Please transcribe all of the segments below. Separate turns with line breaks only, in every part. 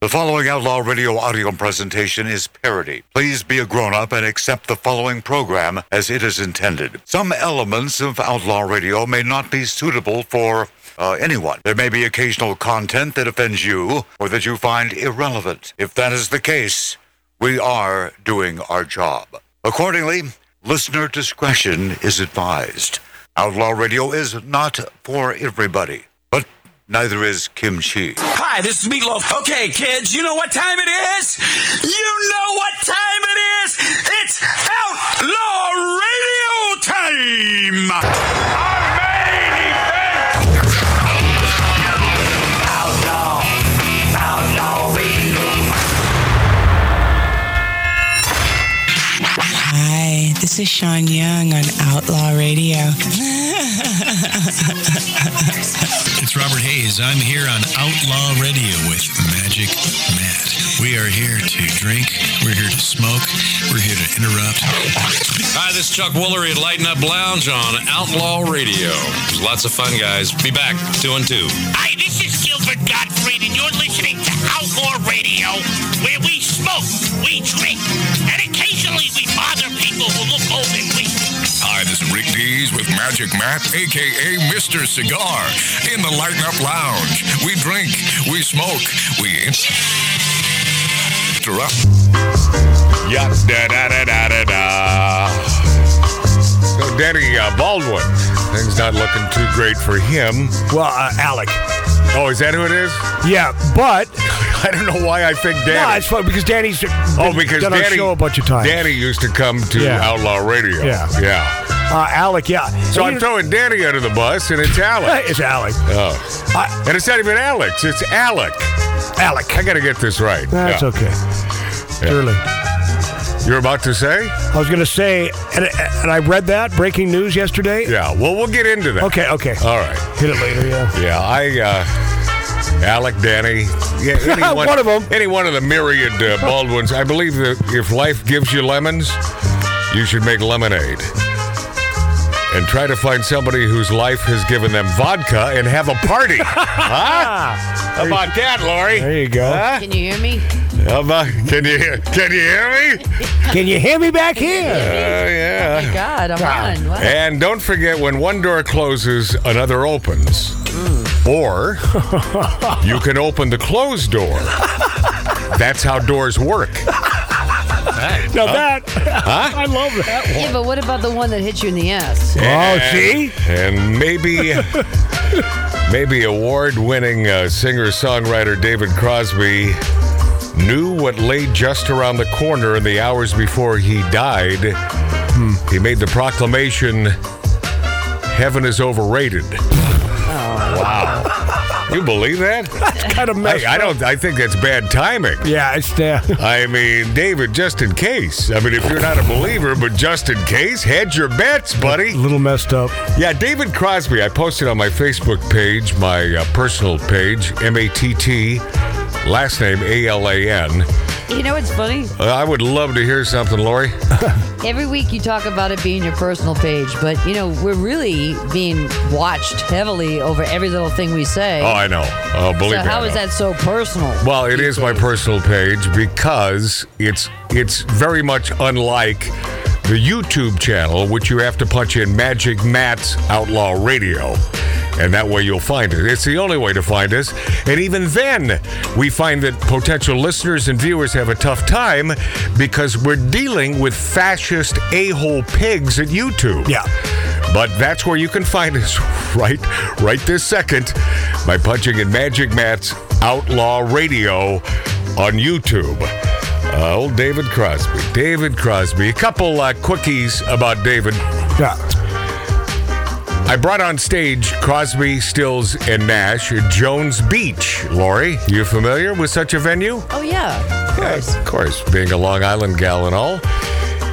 The following Outlaw Radio audio presentation is parody. Please be a grown up and accept the following program as it is intended. Some elements of Outlaw Radio may not be suitable for uh, anyone. There may be occasional content that offends you or that you find irrelevant. If that is the case, we are doing our job. Accordingly, listener discretion is advised. Outlaw Radio is not for everybody, but neither is kimchi.
Hi, this is Meatloaf. Okay, kids, you know what time it is? You know what time it is? It's Outlaw Radio time! Our main event! Outlaw, Outlaw Radio.
Hi, this is Sean Young on Outlaw Radio.
It's Robert Hayes. I'm here on Outlaw Radio with Magic Matt. We are here to drink. We're here to smoke. We're here to interrupt.
Hi, this is Chuck Woolery at Lighten Up Lounge on Outlaw Radio. There's lots of fun, guys. Be back, two and two.
Hi, this is Gilbert Gottfried, and you're listening to Outlaw Radio, where we smoke, we drink, and occasionally we bother people who look old and weak.
Hi, this is Rick Dees with Magic Matt, aka Mr. Cigar, in the Lighten Up Lounge. We drink, we smoke, we interrupt.
Yup, da da da da da da. So, Danny uh, Baldwin, things not looking too great for him.
Well, uh, Alec.
Oh, is that who it is?
Yeah, but
I don't know why I think
no,
Danny.
it's fun because Danny's
oh, because
done
Danny
our show a bunch of times.
Danny used to come to
Yeah.
Outlaw Radio.
Yeah.
yeah.
uh, Alec, yeah.
So
And
I'm throwing Danny under the bus, and it's Alec.
it's Alec.
oh,
I,
and it's not even Alex. It's Alec.
Alec.
I got to get this right.
That's
Yeah.
okay. Surely,
You're about to say?
I was gonna say, and, and I read that breaking news yesterday.
Yeah. Uh, Well, we'll get into that.
Okay, okay.
All right.
Hit it later. Yeah.
Yeah, I, uh, Alec, Danny, yeah, any one,
One of 'em.
any one of the myriad uh, Baldwins. I believe that if life gives you lemons, you should make lemonade. And try to find somebody whose life has given them vodka and have a party. huh? How about that, Lori?
There you go.
Can you hear me?
How about, can you hear? Can you hear me?
Can you hear me back
Oh
here?
yeah.
God, I'm on. What?
And don't forget when one door closes, another opens. Or you can open the closed door. That's how doors work.
Now that I love that one.
Yeah, but what about the one that hit you in the ass?
Oh,
And-
see?
And maybe maybe award-winning uh, singer-songwriter David Crosby knew what lay just around the corner in the hours before he died.
Hmm.
He made the proclamation heaven is overrated.
Oh.
Wow. You believe that?
Kind of messed.
I, I don't I think that's bad timing.
yeah, it's uh, there.
I mean, David, just in case. I mean, if you're not a believer, but just in case, hedge your bets, buddy.
a little messed up.
Yeah, David Crosby. I posted on my Facebook page, my uh, personal page, M A T T, last name A L A N.
You know what's funny?
Uh, I would love to hear something, Lori.
Every week you talk about it being your personal page, but you know, we're really being watched heavily over every little thing we say.
Oh, I know. Uh, believe me.
so
I
how is
know.
that so personal?
Well, it is my personal page because it's it's very much unlike the YouTube channel, which you have to punch in Magic Matt's Outlaw Radio. And that way you'll find it. It's the only way to find us. And even then, we find that potential listeners and viewers have a tough time because we're dealing with fascist a hole pigs at YouTube.
Yeah.
But that's where you can find us right right this second by punching in Magic Matt's Outlaw Radio on YouTube. Uh, old David Crosby. David Crosby. A couple uh, quickies about David.
Yeah.
I brought on stage Crosby, Stills, and Nash at Jones Beach. Lori, you familiar with such a venue?
oh yeah.
Yeah,
Of course.
Of course, being a Long Island gal and all.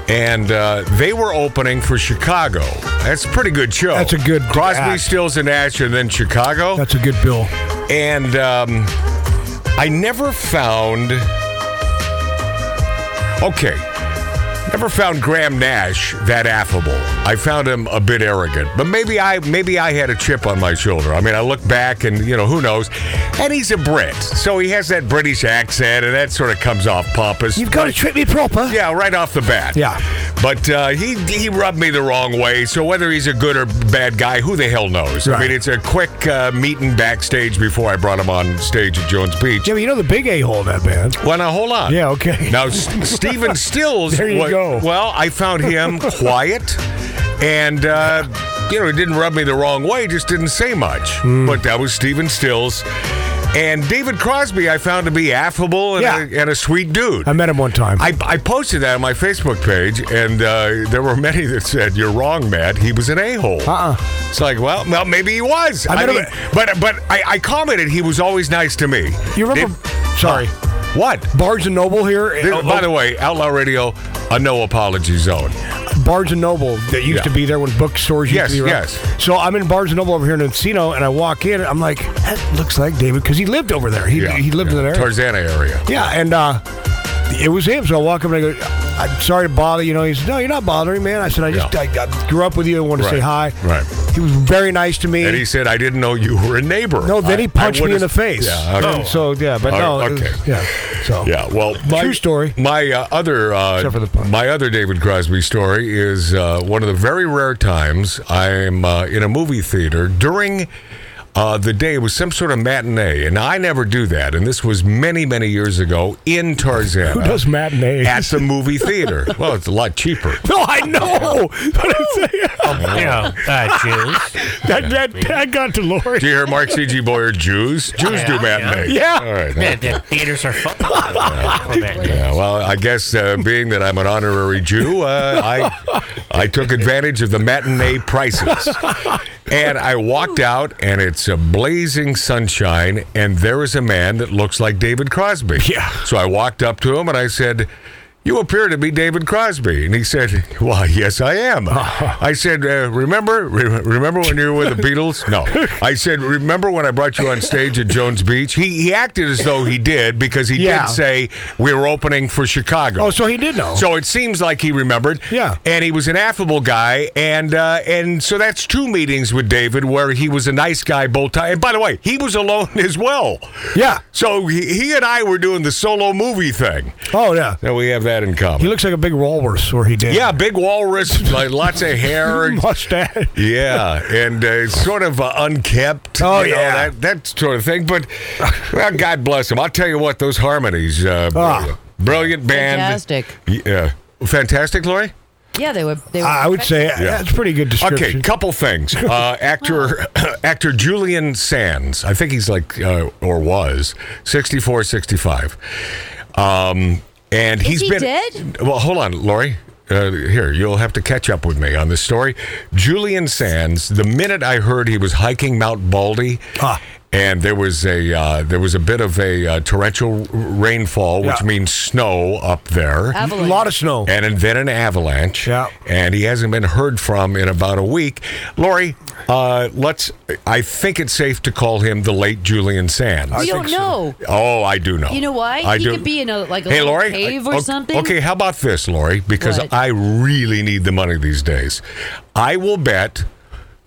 And uh, they were opening for Chicago. That's a pretty good show.
That's a good
Crosby,
act.
Stills, and Nash, and then Chicago.
That's a good bill.
and um, I never found. Okay, Never found Graham Nash that affable. I found him a bit arrogant, but maybe I maybe I had a chip on my shoulder. I mean, I look back and you know who knows. And he's a Brit, so he has that British accent, and that sort of comes off pompous.
You've got to treat me proper.
Yeah, right off the bat.
Yeah.
But uh, he he rubbed me the wrong way. So whether he's a good or bad guy, who the hell knows? I
Right.
mean, it's a quick uh, meeting backstage before I brought him on stage at Jones Beach.
Jimmy, you know the big a hole in that band.
Well, now hold on.
Yeah, okay.
Now, S- Steven Stills.
There you
wa-
go.
Well, I found him quiet, and uh, you know, it didn't rub me the wrong way. Just didn't say much.
Hmm.
But that was Steven Stills, and David Crosby. I found to be affable and, a, and a sweet dude.
I met him one time.
I, I posted that on my Facebook page, and uh, there were many that said, "You're wrong, Matt. He was an a-hole."
Uh-uh.
It's like, well, well, maybe he was.
I
I,
met him
mean, but but I, I commented he was always nice to me.
You remember? Uh, oh, sorry.
What?
Barnes and Noble here.
This-
uh,
by the way, Outlaw Radio, a no apology zone.
Barnes and Noble that used
Yeah.
to be there when bookstores used
Yes,
to be around.
yes.
So I'm in Barnes and Noble over here in Encino, and I walk in, and I'm like, that looks like David because he lived over there. He,
Yeah,
he lived in that area.
Tarzana area.
Yeah, and uh, it was him. So I walk up and I go, I'm sorry to bother. You know, he said, no, you're not bothering, man. I said, I just
Yeah.
I, I grew up with you and wanted to say hi.
Right, right.
He was very nice to me.
And he said, I didn't know you were a neighbor.
no, then
I-
he punched
I
me in the
would've-
face.
Yeah, okay.
And So, yeah, but
All
no.
right,
it was-
okay.
yeah, so.
Yeah, well,
True story.
My uh, other, uh,
Except for the pun.
my other David Crosby story is uh, one of the very rare times I'm uh, in a movie theater during. Uh, the day it was some sort of matinee, and I never do that. And this was many, many years ago in Tarzana.
Who does matinees?
at the movie theater? well, it's a lot cheaper.
No, I know. But I'm saying,
You know, uh, Jews.
that, that, that got to Lori.
Do you hear Mark C.G. Boyer? Jews? Jews do matinees.
Oh, Yeah.
All right.
The, the theaters are full. full of that.
Yeah, well, I guess uh, being that I'm an honorary Jew, uh, I I took advantage of the matinee prices, and I walked out, and it's a blazing sunshine, and there is a man that looks like David Crosby.
Yeah.
So I walked up to him and I said. You appear to be David Crosby, and he said, "Why, yes, I am." I said, uh, "Remember, re- remember when you were with the Beatles?" No, I said, "Remember when I brought you on stage at Jones Beach?" He he acted as though he did because he
Yeah.
did say say we were opening for Chicago.
Oh, so he did know.
So it seems like he remembered.
Yeah.
And he was an affable guy, and uh, and so that's two meetings with David where he was a nice guy both times. And by the way, he was alone as well.
Yeah.
So he, he and I were doing the solo movie thing.
Oh, yeah.
So we have that in common.
He looks like a big walrus, or he did.
yeah, big walrus, like lots of hair.
Mustache.
Yeah, and uh, sort of uh, unkept.
Oh,
you know,
yeah.
that, that sort of thing. But well, God bless him. I'll tell you what, those harmonies, uh,
Ah.
brilliant band.
Fantastic.
Yeah, fantastic, Lori.
Yeah, they would. They would
I would say that's a pretty good description.
Okay, couple things. Uh, actor actor Julian Sands. I think he's like uh, or was 64, 65. Um, and he's
he
been
dead?
Well, hold on, Lori. Uh, here, you'll have to catch up with me on this story. Julian Sands. The minute I heard he was hiking Mount Baldy,
Ah.
and there was a uh, there was a bit of a uh, torrential r- rainfall, which
Yeah.
means snow up there
Oh.
A lot of snow.
and then an avalanche.
Yeah.
And he hasn't been heard from in about a week. Lori, uh, let's. I think it's safe to call him the late Julian Sands.
we don't know.
Oh, I do know.
You know why?
I
he
do.
could be in a like a
hey,
little
Lori.
cave
I-
or
okay,
something.
Okay, how about this, Lori? Because
What?
I really need the money these days. I will bet.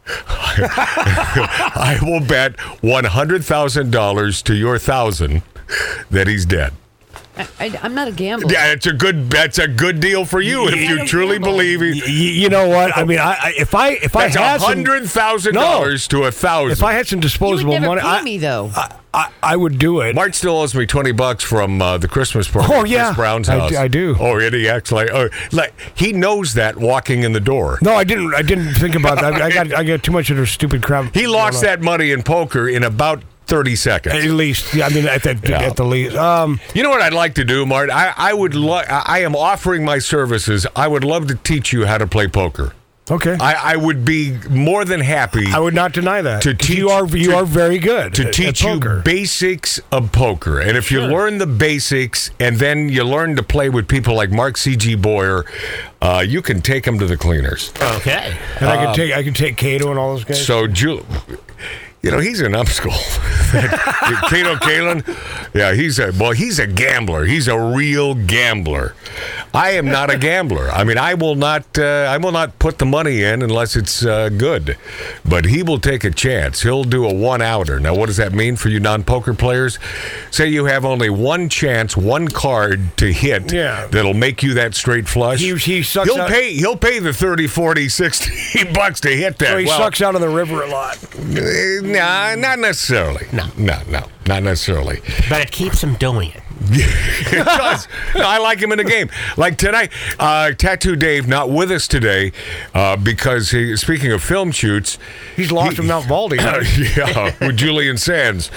I will bet one hundred thousand dollars to your thousand that he's dead.
I, I'm not a gambler.
Yeah, it's a good. That's a good deal for you if you truly believe he,
Y- y- you know what? I mean, I, I if I if
That's
I
a
had some-
hundred thousand dollars to a
if
thousand.
I had some
you would
disposable
never
money,
pay
I,
me though.
I, I I would do it.
Mark still owes me twenty bucks from uh, the Christmas party.
Oh,
at Chris
yeah.
Brown's
I-
house.
I do.
Oh, and he acts like, oh, like he knows that walking in the door.
No, I didn't. I didn't think about that. I, I got I got too much of their stupid crap.
He lost that money in poker in about thirty seconds.
at least. Yeah, I mean, at the at the least. Um,
You know what I'd like to do, Mart? I, I would. Lo- I I am offering my services. I would love to teach you how to play poker.
okay. I,
I, I would be more than happy.
would not deny that.
To
'Cause
teach-
you are you
to-
are very good
to
at-
teach
at
you
poker.
basics of poker. And if you learn the basics and then you learn to play with people like Mark C.G. Boyer, uh, you can take them to the cleaners.
Okay.
and I can take I can take Cato and all those guys.
So, Ju- you know, he's an upschool. Kato Kalin. Yeah, he's a well, he's a gambler. He's a real gambler. I am not a gambler. I mean, I will not. Uh, I will not put the money in unless it's uh, good. But he will take a chance. He'll do a one outer. Now, what does that mean for you non-poker players? Say you have only one chance, one card to hit.
Yeah.
That'll make you that straight flush.
He- he sucks
will
out-
pay. He'll pay the 30, 40, 60 bucks to hit that.
So he
Well,
sucks out of the river a lot.
Eh, Nah, not necessarily. No, no, no, not necessarily.
But it keeps him doing it.
it does. No, I like him in the game. Like tonight, uh, Tattoo Dave not with us today uh, because he, speaking of film shoots,
he's lost in Mount Baldy.
yeah, with Julian Sands.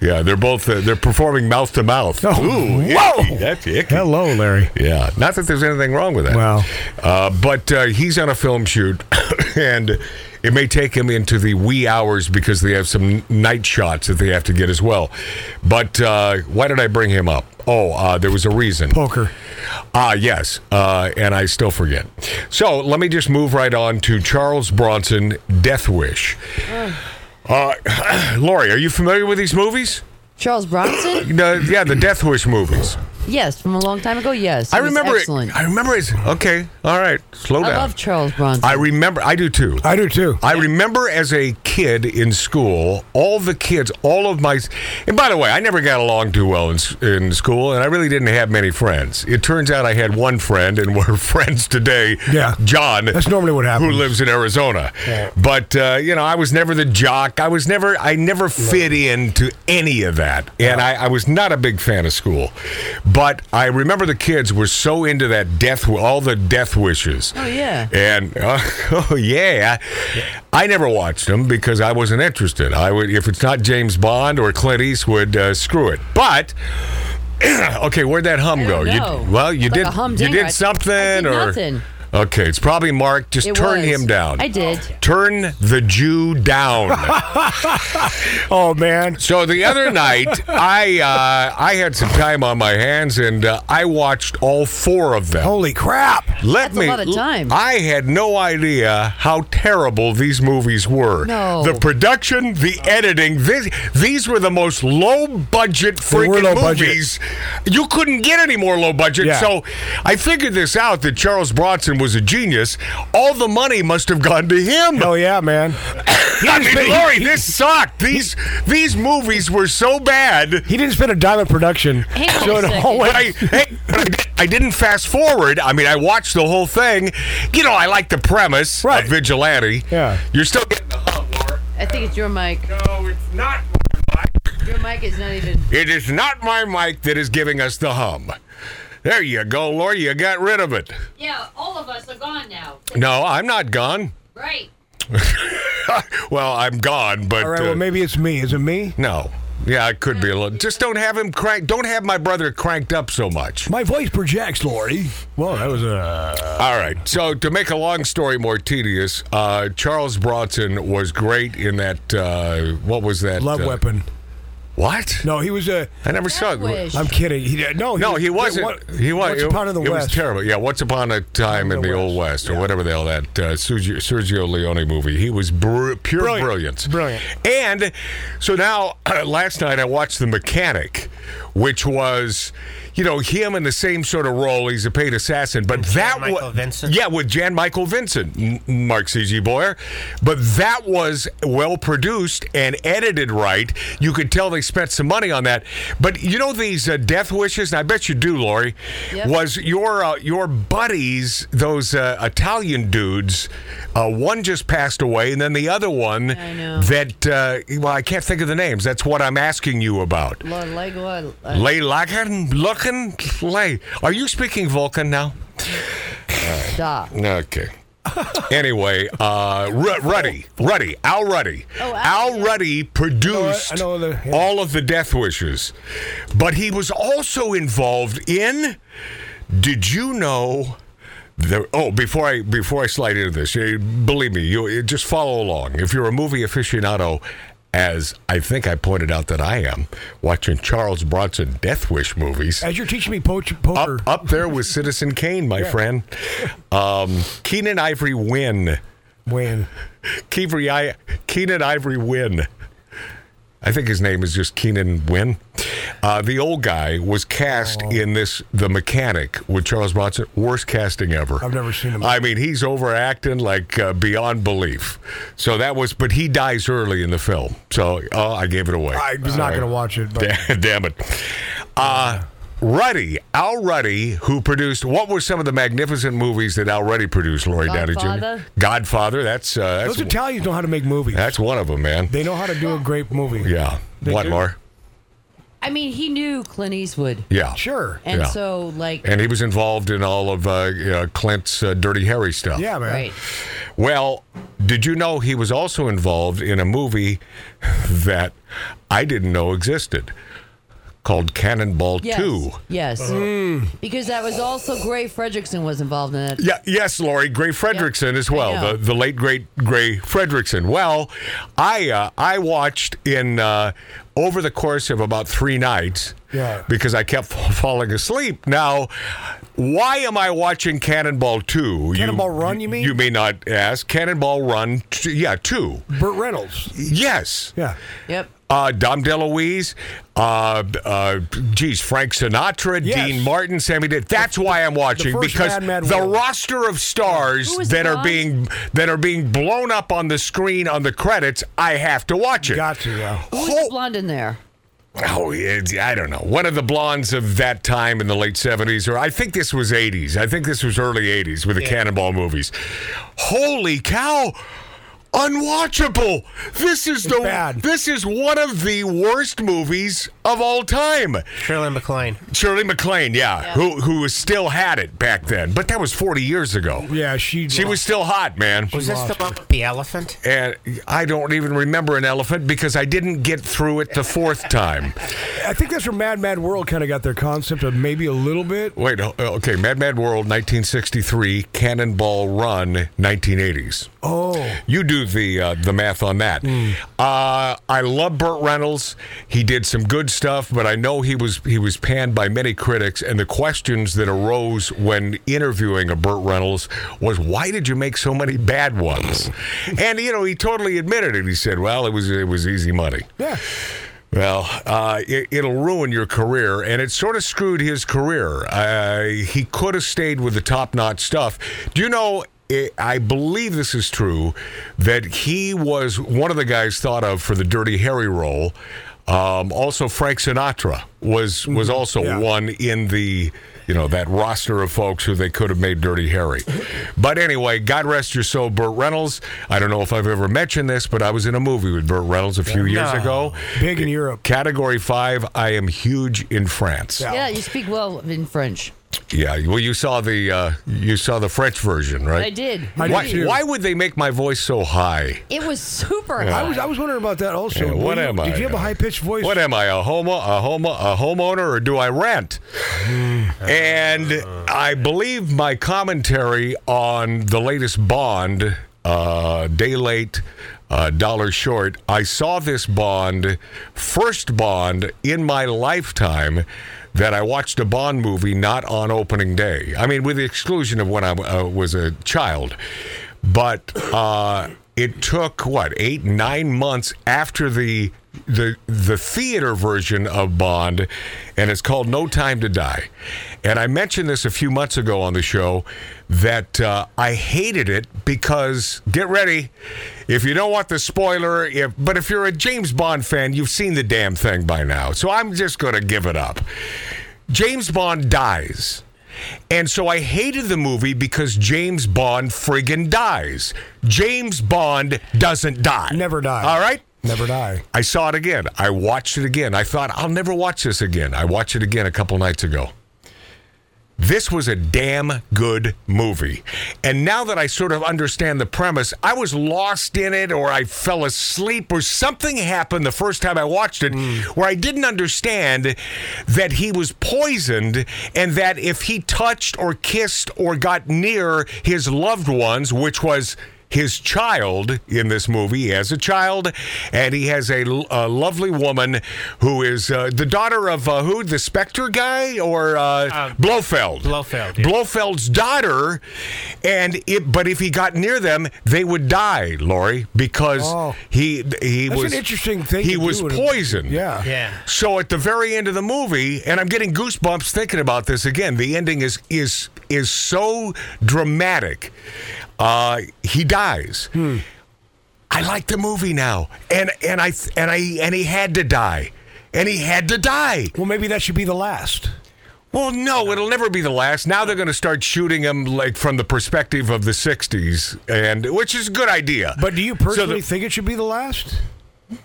Yeah, they're both uh, they're performing mouth to mouth.
Oh,
Ooh, whoa, that's icky.
Hello, Larry.
Yeah, not that there's anything wrong with that.
Wow.
Uh, but uh, he's on a film shoot, and it may take him into the wee hours because they have some night shots that they have to get as well. But uh, why did I bring him up? Oh, uh, there was a reason.
Poker.
Ah, yes. Uh, and I still forget. So let me just move right on to Charles Bronson, Death Wish. Uh, Lori, are you familiar with these movies?
Charles Bronson?
The- yeah, the Death Wish movies.
Yes, from a long time ago. Yes,
I
He was
remember
excellent.
it. I remember it. Okay. All right. Slow
I
down.
love Charles Bronson.
I remember. I do too.
I do too.
I remember as a kid in school, all the kids, all of my. And by the way, I never got along too well in, s- in school, and I really didn't have many friends. It turns out I had one friend, and we're friends today.
Yeah.
John.
That's normally what happens.
Who lives in Arizona? But uh, you know, I was never the jock. I was never. I never fit into any of that, and I, I was not a big fan of school. But I remember the kids were so into that death, all the death wishes.
Oh, yeah.
And uh, oh yeah, I never watched them because I wasn't interested. I would if it's not James Bond or Clint Eastwood, uh, screw it. But okay, where'd that hum
I
go?
don't know.
You well, you
It's like
did
a humdinger.
you
I- I
did
did
something or
nothing.
Okay, it's probably Mark. Just
It
turn
was.
him down.
I did.
Turn the Jew down.
Oh man.
So the other night, I uh, I had some time on my hands and uh, I watched all four of them.
Holy crap.
Let
That's a
me.
lot of time.
I had no idea how terrible these movies were.
No.
The production, the editing. This, these were the most low budget
They were
freaking
low budget.
movies. You couldn't get any more low budget.
Yeah.
So I figured this out that Charles Bronson was a genius. All the money must have gone to him.
Oh yeah, man.
I
just
mean,
made-
Lori,
he-
this sucked. These these movies were so bad.
He didn't spend a dime on production.
Hang on
so
a
it
second.
all went-
But I, hey, I didn't fast forward. I mean, I watched the whole thing. You know, I like the premise
Right.
of vigilante.
Yeah.
You're still getting the hub, Laura.
I think it's your mic.
No, it's not.
Your mic is not even.
It is not my mic that is giving us the hum. There you go, Laura. You got rid of it.
Yeah, all of us are gone now.
No, I'm not gone.
Right.
well, I'm gone, but
all right,
uh,
well maybe it's me. Is it me?
no. Yeah, it could be a little. Just don't have him crank. Don't have my brother cranked up so much.
My voice projects, Lori. Well, that was a
All right. So to make a long story more tedious, uh, Charles Bronson was great in that. Uh, what was that?
love
uh,
weapon.
What?
No, he was a.
I never saw
Death Wish.
it.
I'm kidding. He did- no.
No, he wasn't.
What,
he was.
Once
it,
upon in the
it
West.
was terrible. Yeah, once upon a time in
the
the
West.
old West, or whatever the hell that uh, Sergio, Sergio Leone movie. He was br- pure
Brilliant.
brilliance.
Brilliant.
And so now, last night I watched The Mechanic, which was, you know, him in the same sort of role. He's a paid assassin, but that
Michael
wa-
Vincent?
Yeah, with Jan Michael Vincent, M- Mark C.G. Boyer. But that was well produced and edited right. You could tell they spent some money on that. But you know these uh, death wishes, and I bet you do, Lori,
Yep.
was your uh, your buddies, those uh, Italian dudes. Uh, one just passed away, and then the other one
I know.
that uh, well, I can't think of the names. That's what I'm asking you about.
Lord Lego. uh,
Lay Lagan, Lucken, Lay. Are you speaking Vulcan now?
Stop.
Okay. anyway, uh, Ru- Ruddy, Ruddy, Al Ruddy,
Oh, Al,
Al Ruddy produced
I know the- yeah.
all of the Death Wishes, but he was also involved in. Did you know? The, oh, before I before I slide into this, eh, believe me, you eh, just follow along. If you're a movie aficionado, as I think I pointed out that I am, watching Charles Bronson Death Wish movies,
As you're teaching me poach, poker,
up, up there with Citizen Kane, my friend. Um, Keenan Ivory Wynn.
when
Keenan I- Keenan Ivory Wynn. I think his name is just Keenan Wynn. Uh, the old guy was cast in this The Mechanic with Charles Bronson. Worst casting ever.
I've never seen him.
I mean, he's overacting like uh, beyond belief. So that was, but he dies early in the film. So oh, I gave it away.
I was not going to watch it. But
Damn, damn it. Uh, Ruddy, Al Ruddy, who produced what were some of the magnificent movies that Al Ruddy produced? Lori Downey Jr.
Godfather.
Godfather. That's uh, that's,
those Italians know how to make movies.
that's one of them, man.
They know how to do a great movie.
yeah.
They
what,
do.
Laura?
I mean, he knew Clint Eastwood.
Yeah.
Sure.
And
Yeah.
so, like,
And he was involved in all of uh, uh, Clint's uh, Dirty Harry stuff.
Yeah, man.
right.
Well, did you know he was also involved in a movie that I didn't know existed called Cannonball
Yes.
2?
Yes.
Uh-huh. Mm.
Because that was also Gray Fredrickson was involved in it.
Yeah, yes, Lori Gray Fredrickson as well,
know.
the, the late great Gray Fredrickson. Well, I uh, I watched in uh, over the course of about three nights
Yeah.
because I kept f- falling asleep. Now, why am I watching Cannonball Two?
Cannonball Run, you mean?
You may not ask. Cannonball Run, t- yeah, two.
Burt Reynolds.
Yes.
Yeah.
Yep.
Uh, Dom DeLuise, uh, uh, geez, Frank Sinatra,
Yes.
Dean Martin, Sammy. Davis. That's why I'm watching
first
because
Mad Mad
the
World.
roster of stars
Who was
that are
Don?
being that are being blown up on the screen on the credits, I have to watch it.
Got to, yeah.
Who was the blonde in there?
Oh, it's, I don't know. One of the blondes of that time in the late 70s, or I think this was 80s. I think this was early 80s with the Cannonball movies. Holy cow! Unwatchable. This is the
bad.
this is one of the worst movies of all time.
Shirley MacLaine.
Shirley MacLaine, yeah,
Yeah.
who who was still had it back then, but that was 40 years ago.
Yeah, she.
She was still hot, man.
Was this the one with the elephant?
And I don't even remember an elephant because I didn't get through it the fourth time.
I think that's where Mad Mad World kind of got their concept of maybe a little bit.
Wait, uh, okay. Mad Mad World, 1963. Cannonball Run, 1980s.
Oh.
You do the uh, the math on that. Uh, I love Burt Reynolds. He did some good stuff, but I know he was he was panned by many critics. And the questions that arose when interviewing a Burt Reynolds was, why did you make so many bad ones? and you know, he totally admitted it. He said, well, it was it was easy money.
Yeah.
Well, uh, it, it'll ruin your career, and it sort of screwed his career. Uh, he could have stayed with the top notch stuff. Do you know? i I believe this is true that he was one of the guys thought of for the Dirty Harry role. Um, also, Frank Sinatra was was also
yeah.
one in the you know that roster of folks who they could have made Dirty Harry. But anyway, God rest your soul, Burt Reynolds. I don't know if I've ever mentioned this, but I was in a movie with Burt Reynolds a few years
No.
ago.
Big in Europe.
Category five, I am huge in France.
Yeah.
Yeah, you speak well in French.
Yeah, well, you saw the uh, you saw the French version, right?
I did.
I did
Why,
too.
why would they make my voice so high?
It was super
I
high.
was I was wondering about that also.
Yeah, what
Were you-
am I?
Did you have a high pitched voice?
What am I, a homo, a homo, a homeowner, or do I rent? and I believe my commentary on the latest Bond, uh, day late, uh, dollar short. I saw this Bond, first Bond in my lifetime. That I watched a Bond movie not on opening day. I mean, with the exclusion of when I uh, was a child. But uh, it took what eight nine months after the the the theater version of Bond, and it's called No Time to Die. And I mentioned this a few months ago on the show that uh, I hated it because get ready, if you don't want the spoiler, if, but if you're a James Bond fan, you've seen the damn thing by now. So I'm just going to give it up. James Bond dies. And so I hated the movie because James Bond friggin' dies. James Bond doesn't die.
Never die.
All right?
Never die.
I saw it again. I watched it again. I thought, I'll never watch this again. I watched it again a couple nights ago. This was a damn good movie. And now that I sort of understand the premise, I was lost in it or I fell asleep or something happened the first time I watched it where I didn't understand that he was poisoned and that if he touched or kissed or got near his loved ones, which was his child in this movie as a child, and he has a, l- a lovely woman who is uh, the daughter of uh, who? The Spectre guy or uh, Blofeld?
Blofeld,
Blofeld's daughter, and it. But if he got near them, they would die, Lori, because
Oh.
he he
That's
was
an interesting thing
He
to
was
do in a-
poisoned.
Yeah.
Yeah.
So at the very end of the movie, and I'm getting goosebumps thinking about this again. The ending is is is so dramatic. Uh, he dies.
Hmm.
I like the movie now, and and I and I and he had to die, and he had to die.
Well, maybe that should be the last.
Well, no, it'll never be the last. Now they're going to start shooting him like from the perspective of the '60s, and which is a good idea.
But do you personally think it should be the last?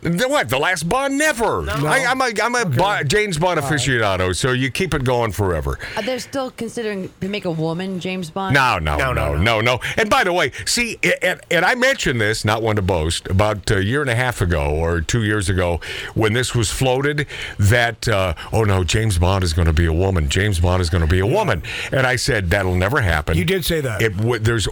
The what? The last Bond? Never. I, I'm a, I'm a Bond, James Bond aficionado, so you keep it going forever.
Are they Uh, still considering to make a woman James Bond?
No, Uh, no, no, no, no, no, And by the way, see, a- and, and I mentioned this, not one to boast, about a year and a half ago or two years ago when this was floated that, uh, oh no, James Bond is going to be a woman. James Bond is going to be a woman. And I said, that'll never happen.
You did say that.
It w- there's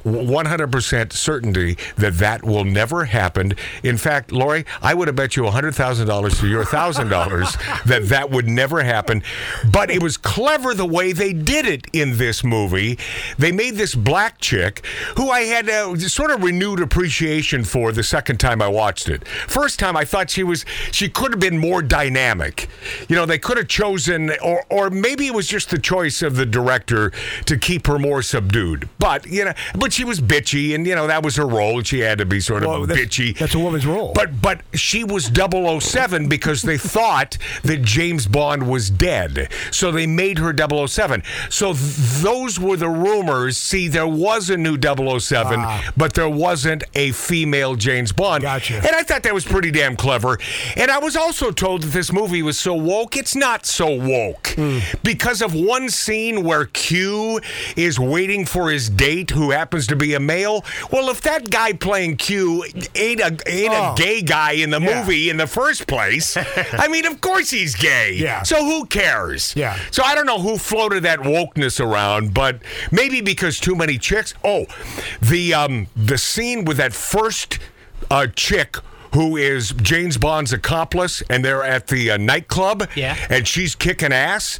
100% certainty that that will never happen. In fact, Lori, I would have bet you $100,000 to your $1,000 that that would never happen. But it was clever the way they did it in this movie. They made this black chick who I had uh, a sort of renewed appreciation for the second time I watched it. First time I thought she was she could have been more dynamic. You know, they could have chosen or or maybe it was just the choice of the director to keep her more subdued. But, you know, but she was bitchy and you know that was her role. She had to be sort of
Well,
a
that's-
bitchy.
That's a woman's role.
But but she was 007 because they thought that James Bond was dead. So they made her 007. So th- those were the rumors. See, there was a new 007, but there wasn't a female James Bond. Gotcha. And I thought that was pretty damn clever. And I was also told that this movie was so woke. It's not so woke
Hmm.
because of one scene where Q is waiting for his date who happens to be a male. Well, if that guy playing Q ain't a ain't
Oh.
a gay guy in the
Yeah.
movie in the first place, I mean, of course he's gay.
Yeah.
So who cares?
Yeah.
So I don't know who floated that wokeness around, but maybe because too many chicks. Oh, the um the scene with that first uh, chick. Who is James Bond's accomplice? And they're at the uh, nightclub.
Yeah.
And she's kicking ass.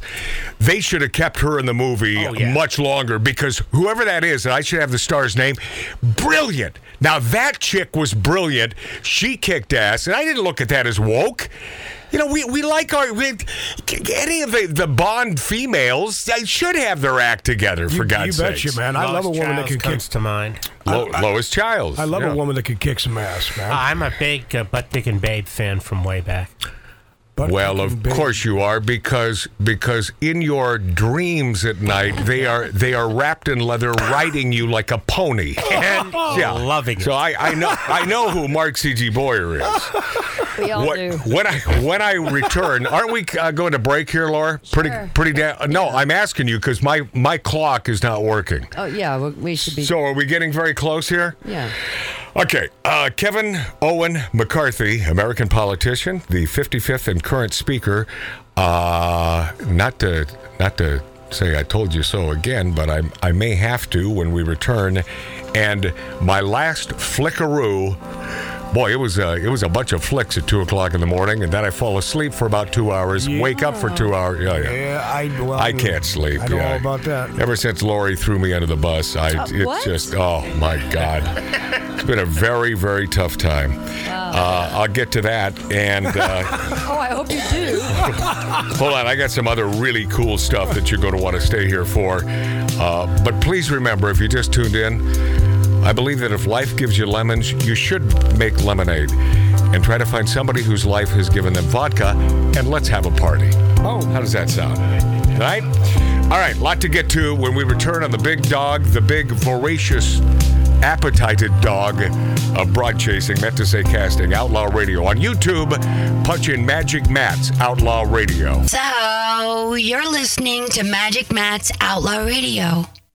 They should have kept her in the movie
Oh, yeah.
much longer because whoever that is, and I should have the star's name, brilliant. Now, that chick was brilliant. She kicked ass. And I didn't look at that as woke. You know, we, we like our. We, any of the, the Bond females, they should have their act together, for God's
you
sake.
betcha, man. I love a
Lois
woman that
Childs
can kick.
comes to mind.
Lo- Lois Childs.
I love
yeah.
a woman that can kick some ass, man.
I'm a big uh, Butt Dick and Babe fan from way back.
Well, of course you are because because in your dreams at night they are they are wrapped in leather, riding you like a pony. And,
Oh,
yeah,
loving it.
So I, I know I know who Mark C. G. Boyer is.
We all
What,
do.
when I when I return, aren't we uh, going to break here, Laura? Pretty
Sure.
pretty da- No, I'm asking you because my my clock is not working.
Oh yeah, we- we should be.
So are we getting very close here?
yeah.
Okay, uh, Kevin Owen McCarthy, American politician, the 55th and current speaker. Uh, not to not to say I told you so again, but I I may have to when we return. And my last flickaroo. Boy, it was a, it was a bunch of flicks at two o'clock in the morning, and then I fall asleep for about two hours, wake up for two hours. Yeah, yeah.
Yeah, I well,
I can't sleep.
I don't
yeah.
know about that.
Ever since Lori threw me under the bus, I
Uh,
it's
what?
just oh my god, it's been a very very tough time. Uh, I'll get to that, and uh,
Oh, I hope you do.
hold on, I got some other really cool stuff that you're going to want to stay here for. Uh, but please remember, if you just tuned in, I believe that if life gives you lemons, you should make lemonade, and try to find somebody whose life has given them vodka, and let's have a party.
Oh,
How does that sound? All right? All right, lot to get to when we return on the big dog, the big voracious appetited dog of broad chasing, meant to say casting, Outlaw Radio. On YouTube, punch in Magic Matt's Outlaw Radio.
So, you're listening to Magic Matt's Outlaw Radio.